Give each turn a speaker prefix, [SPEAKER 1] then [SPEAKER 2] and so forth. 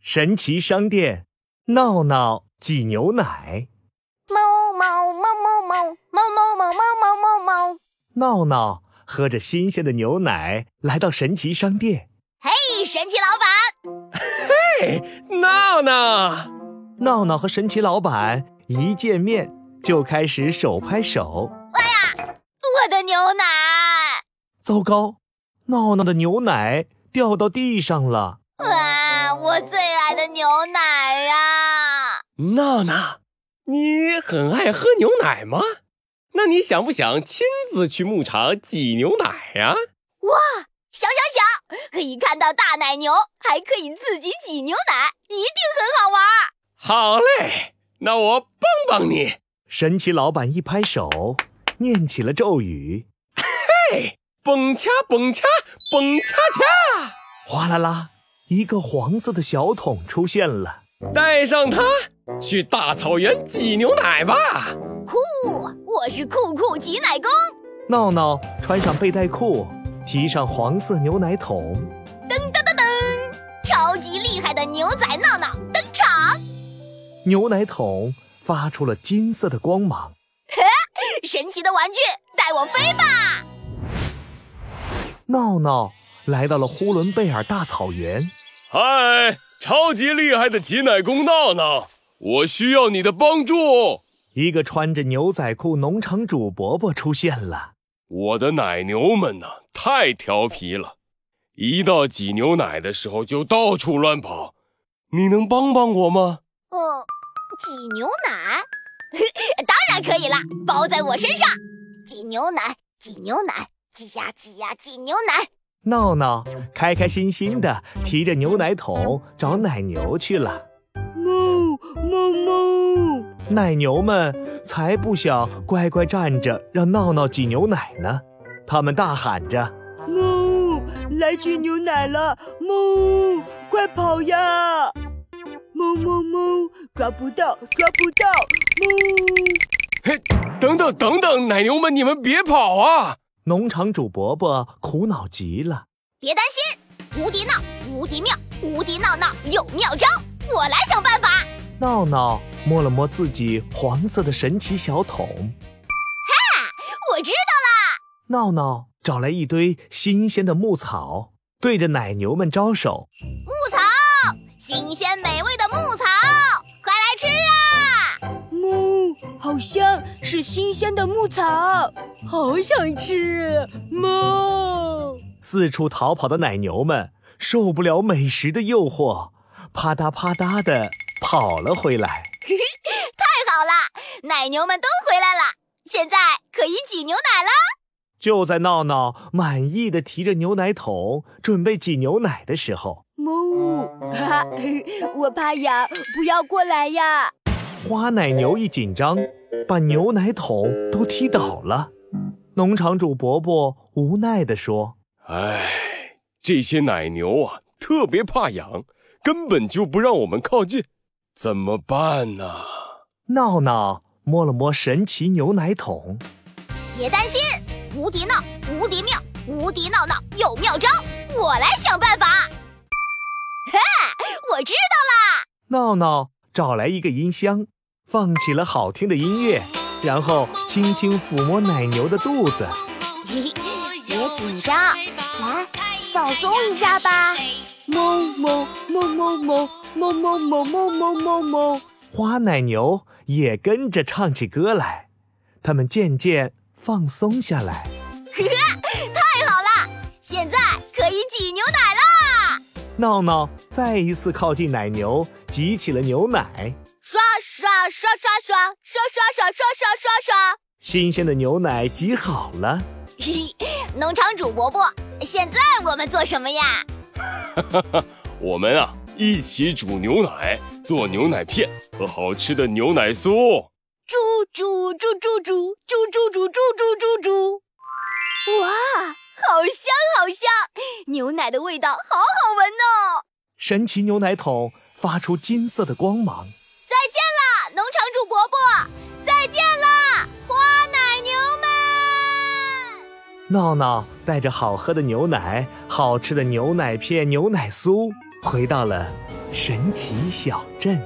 [SPEAKER 1] 神奇商店闹闹挤牛奶，
[SPEAKER 2] 猫猫猫猫猫猫猫猫猫猫猫。
[SPEAKER 1] 闹闹喝着新鲜的牛奶来到神奇商店。
[SPEAKER 2] 嘿，神奇老板，
[SPEAKER 3] 闹闹，
[SPEAKER 1] 闹闹和神奇老板一见面就开始手拍手。
[SPEAKER 2] 我的牛奶！
[SPEAKER 1] 糟糕，闹闹的牛奶掉到地上了。
[SPEAKER 2] 哇，我最爱的牛奶呀！
[SPEAKER 3] 闹闹，你很爱喝牛奶吗？那你想不想亲自去牧场挤牛奶呀、
[SPEAKER 2] 想想想，可以看到大奶牛，还可以自己挤牛奶，一定很好玩。
[SPEAKER 3] 好嘞，那我帮帮你。
[SPEAKER 1] 神奇老板一拍手，念起了咒语，
[SPEAKER 3] 嘿，蹦恰蹦恰蹦恰恰，
[SPEAKER 1] 哗啦啦，一个黄色的小桶出现了。
[SPEAKER 3] 带上它去大草原挤牛奶吧。
[SPEAKER 2] 酷，我是酷酷挤奶工。
[SPEAKER 1] 闹闹穿上背带裤，提上黄色牛奶桶，
[SPEAKER 2] 噔噔噔，超级厉害的牛仔闹闹登场！
[SPEAKER 1] 牛奶桶发出了金色的光芒。
[SPEAKER 2] 神奇的玩具，带我飞吧！
[SPEAKER 1] 闹闹来到了呼伦贝尔大草原，
[SPEAKER 3] 嗨，超级厉害的挤奶工闹闹，我需要你的帮助。
[SPEAKER 1] 一个穿着牛仔裤农场主伯伯出现了。
[SPEAKER 3] 我的奶牛们呐、太调皮了，一到挤牛奶的时候就到处乱跑。你能帮帮我吗？
[SPEAKER 2] 嗯，挤牛奶？ 当然可以啦，包在我身上。挤牛奶，挤牛奶，挤呀挤呀挤牛奶。
[SPEAKER 1] 闹闹开开心心的提着牛奶桶找奶牛去了。
[SPEAKER 4] 哞哞哞！
[SPEAKER 1] 奶牛们才不想乖乖站着让闹闹挤牛奶呢，他们大喊着。
[SPEAKER 4] 哞，来去牛奶了，哞，快跑呀！哞哞哞，抓不到，抓不到，哞！
[SPEAKER 3] 等等等等，奶牛们，你们别跑啊！
[SPEAKER 1] 农场主伯伯苦恼极了。
[SPEAKER 2] 别担心，无敌闹，无敌妙，无敌闹闹有妙招，我来想办法。
[SPEAKER 1] 闹闹摸了摸自己黄色的神奇小桶，
[SPEAKER 2] 我知道
[SPEAKER 1] 闹闹找来一堆新鲜的牧草，对着奶牛们招手。
[SPEAKER 2] 牧草，新鲜美味的牧草，快来吃啊！
[SPEAKER 4] 哞，好像是新鲜的牧草，好想吃！哞，
[SPEAKER 1] 四处逃跑的奶牛们受不了美食的诱惑，啪嗒啪嗒的跑了回来。
[SPEAKER 2] 太好了，奶牛们都回来了，现在可以挤牛奶了。
[SPEAKER 1] 就在闹闹满意的提着牛奶桶准备挤牛奶的时候，
[SPEAKER 4] 哞，哈哈，我怕痒，不要过来呀！
[SPEAKER 1] 花奶牛一紧张，把牛奶桶都踢倒了。农场主伯伯无奈地说。
[SPEAKER 3] 唉，哎这些奶牛啊，特别怕痒，根本就不让我们靠近，怎么办呢、
[SPEAKER 1] 闹闹摸了摸神奇牛奶桶，
[SPEAKER 2] 别担心，无敌闹，无敌妙，无敌闹闹有妙招，我来想办法。哈，我知道
[SPEAKER 1] 闹闹找来一个音箱，放起了好听的音乐，然后轻轻抚摸奶牛的肚子。
[SPEAKER 2] 了， 别紧张，来放松一下吧。
[SPEAKER 4] 哞哞哞哞哞哞哞哞哞哞哞哞。
[SPEAKER 1] 花奶牛也跟着唱起歌来，它们渐渐放松下来。
[SPEAKER 2] 太好了，现在可以挤牛奶了。
[SPEAKER 1] 闹闹再一次靠近奶牛，挤起了牛奶。
[SPEAKER 2] 刷刷刷刷刷刷刷刷刷刷刷刷。
[SPEAKER 1] 新鲜的牛奶挤好了，
[SPEAKER 2] 嘿，农场主伯伯，现在我们做什么呀？
[SPEAKER 3] 我们啊，一起煮牛奶，做牛奶片和好吃的牛奶酥。
[SPEAKER 2] 猪猪猪猪猪猪猪猪猪猪猪猪。哇，好香好香，牛奶的味道好好闻哦！
[SPEAKER 1] 神奇牛奶桶发出金色的光芒。
[SPEAKER 2] 再见啦，农场主伯伯，再见啦，花奶牛们。
[SPEAKER 1] 闹闹带着好喝的牛奶、好吃的牛奶片、牛奶酥，回到了神奇小镇》。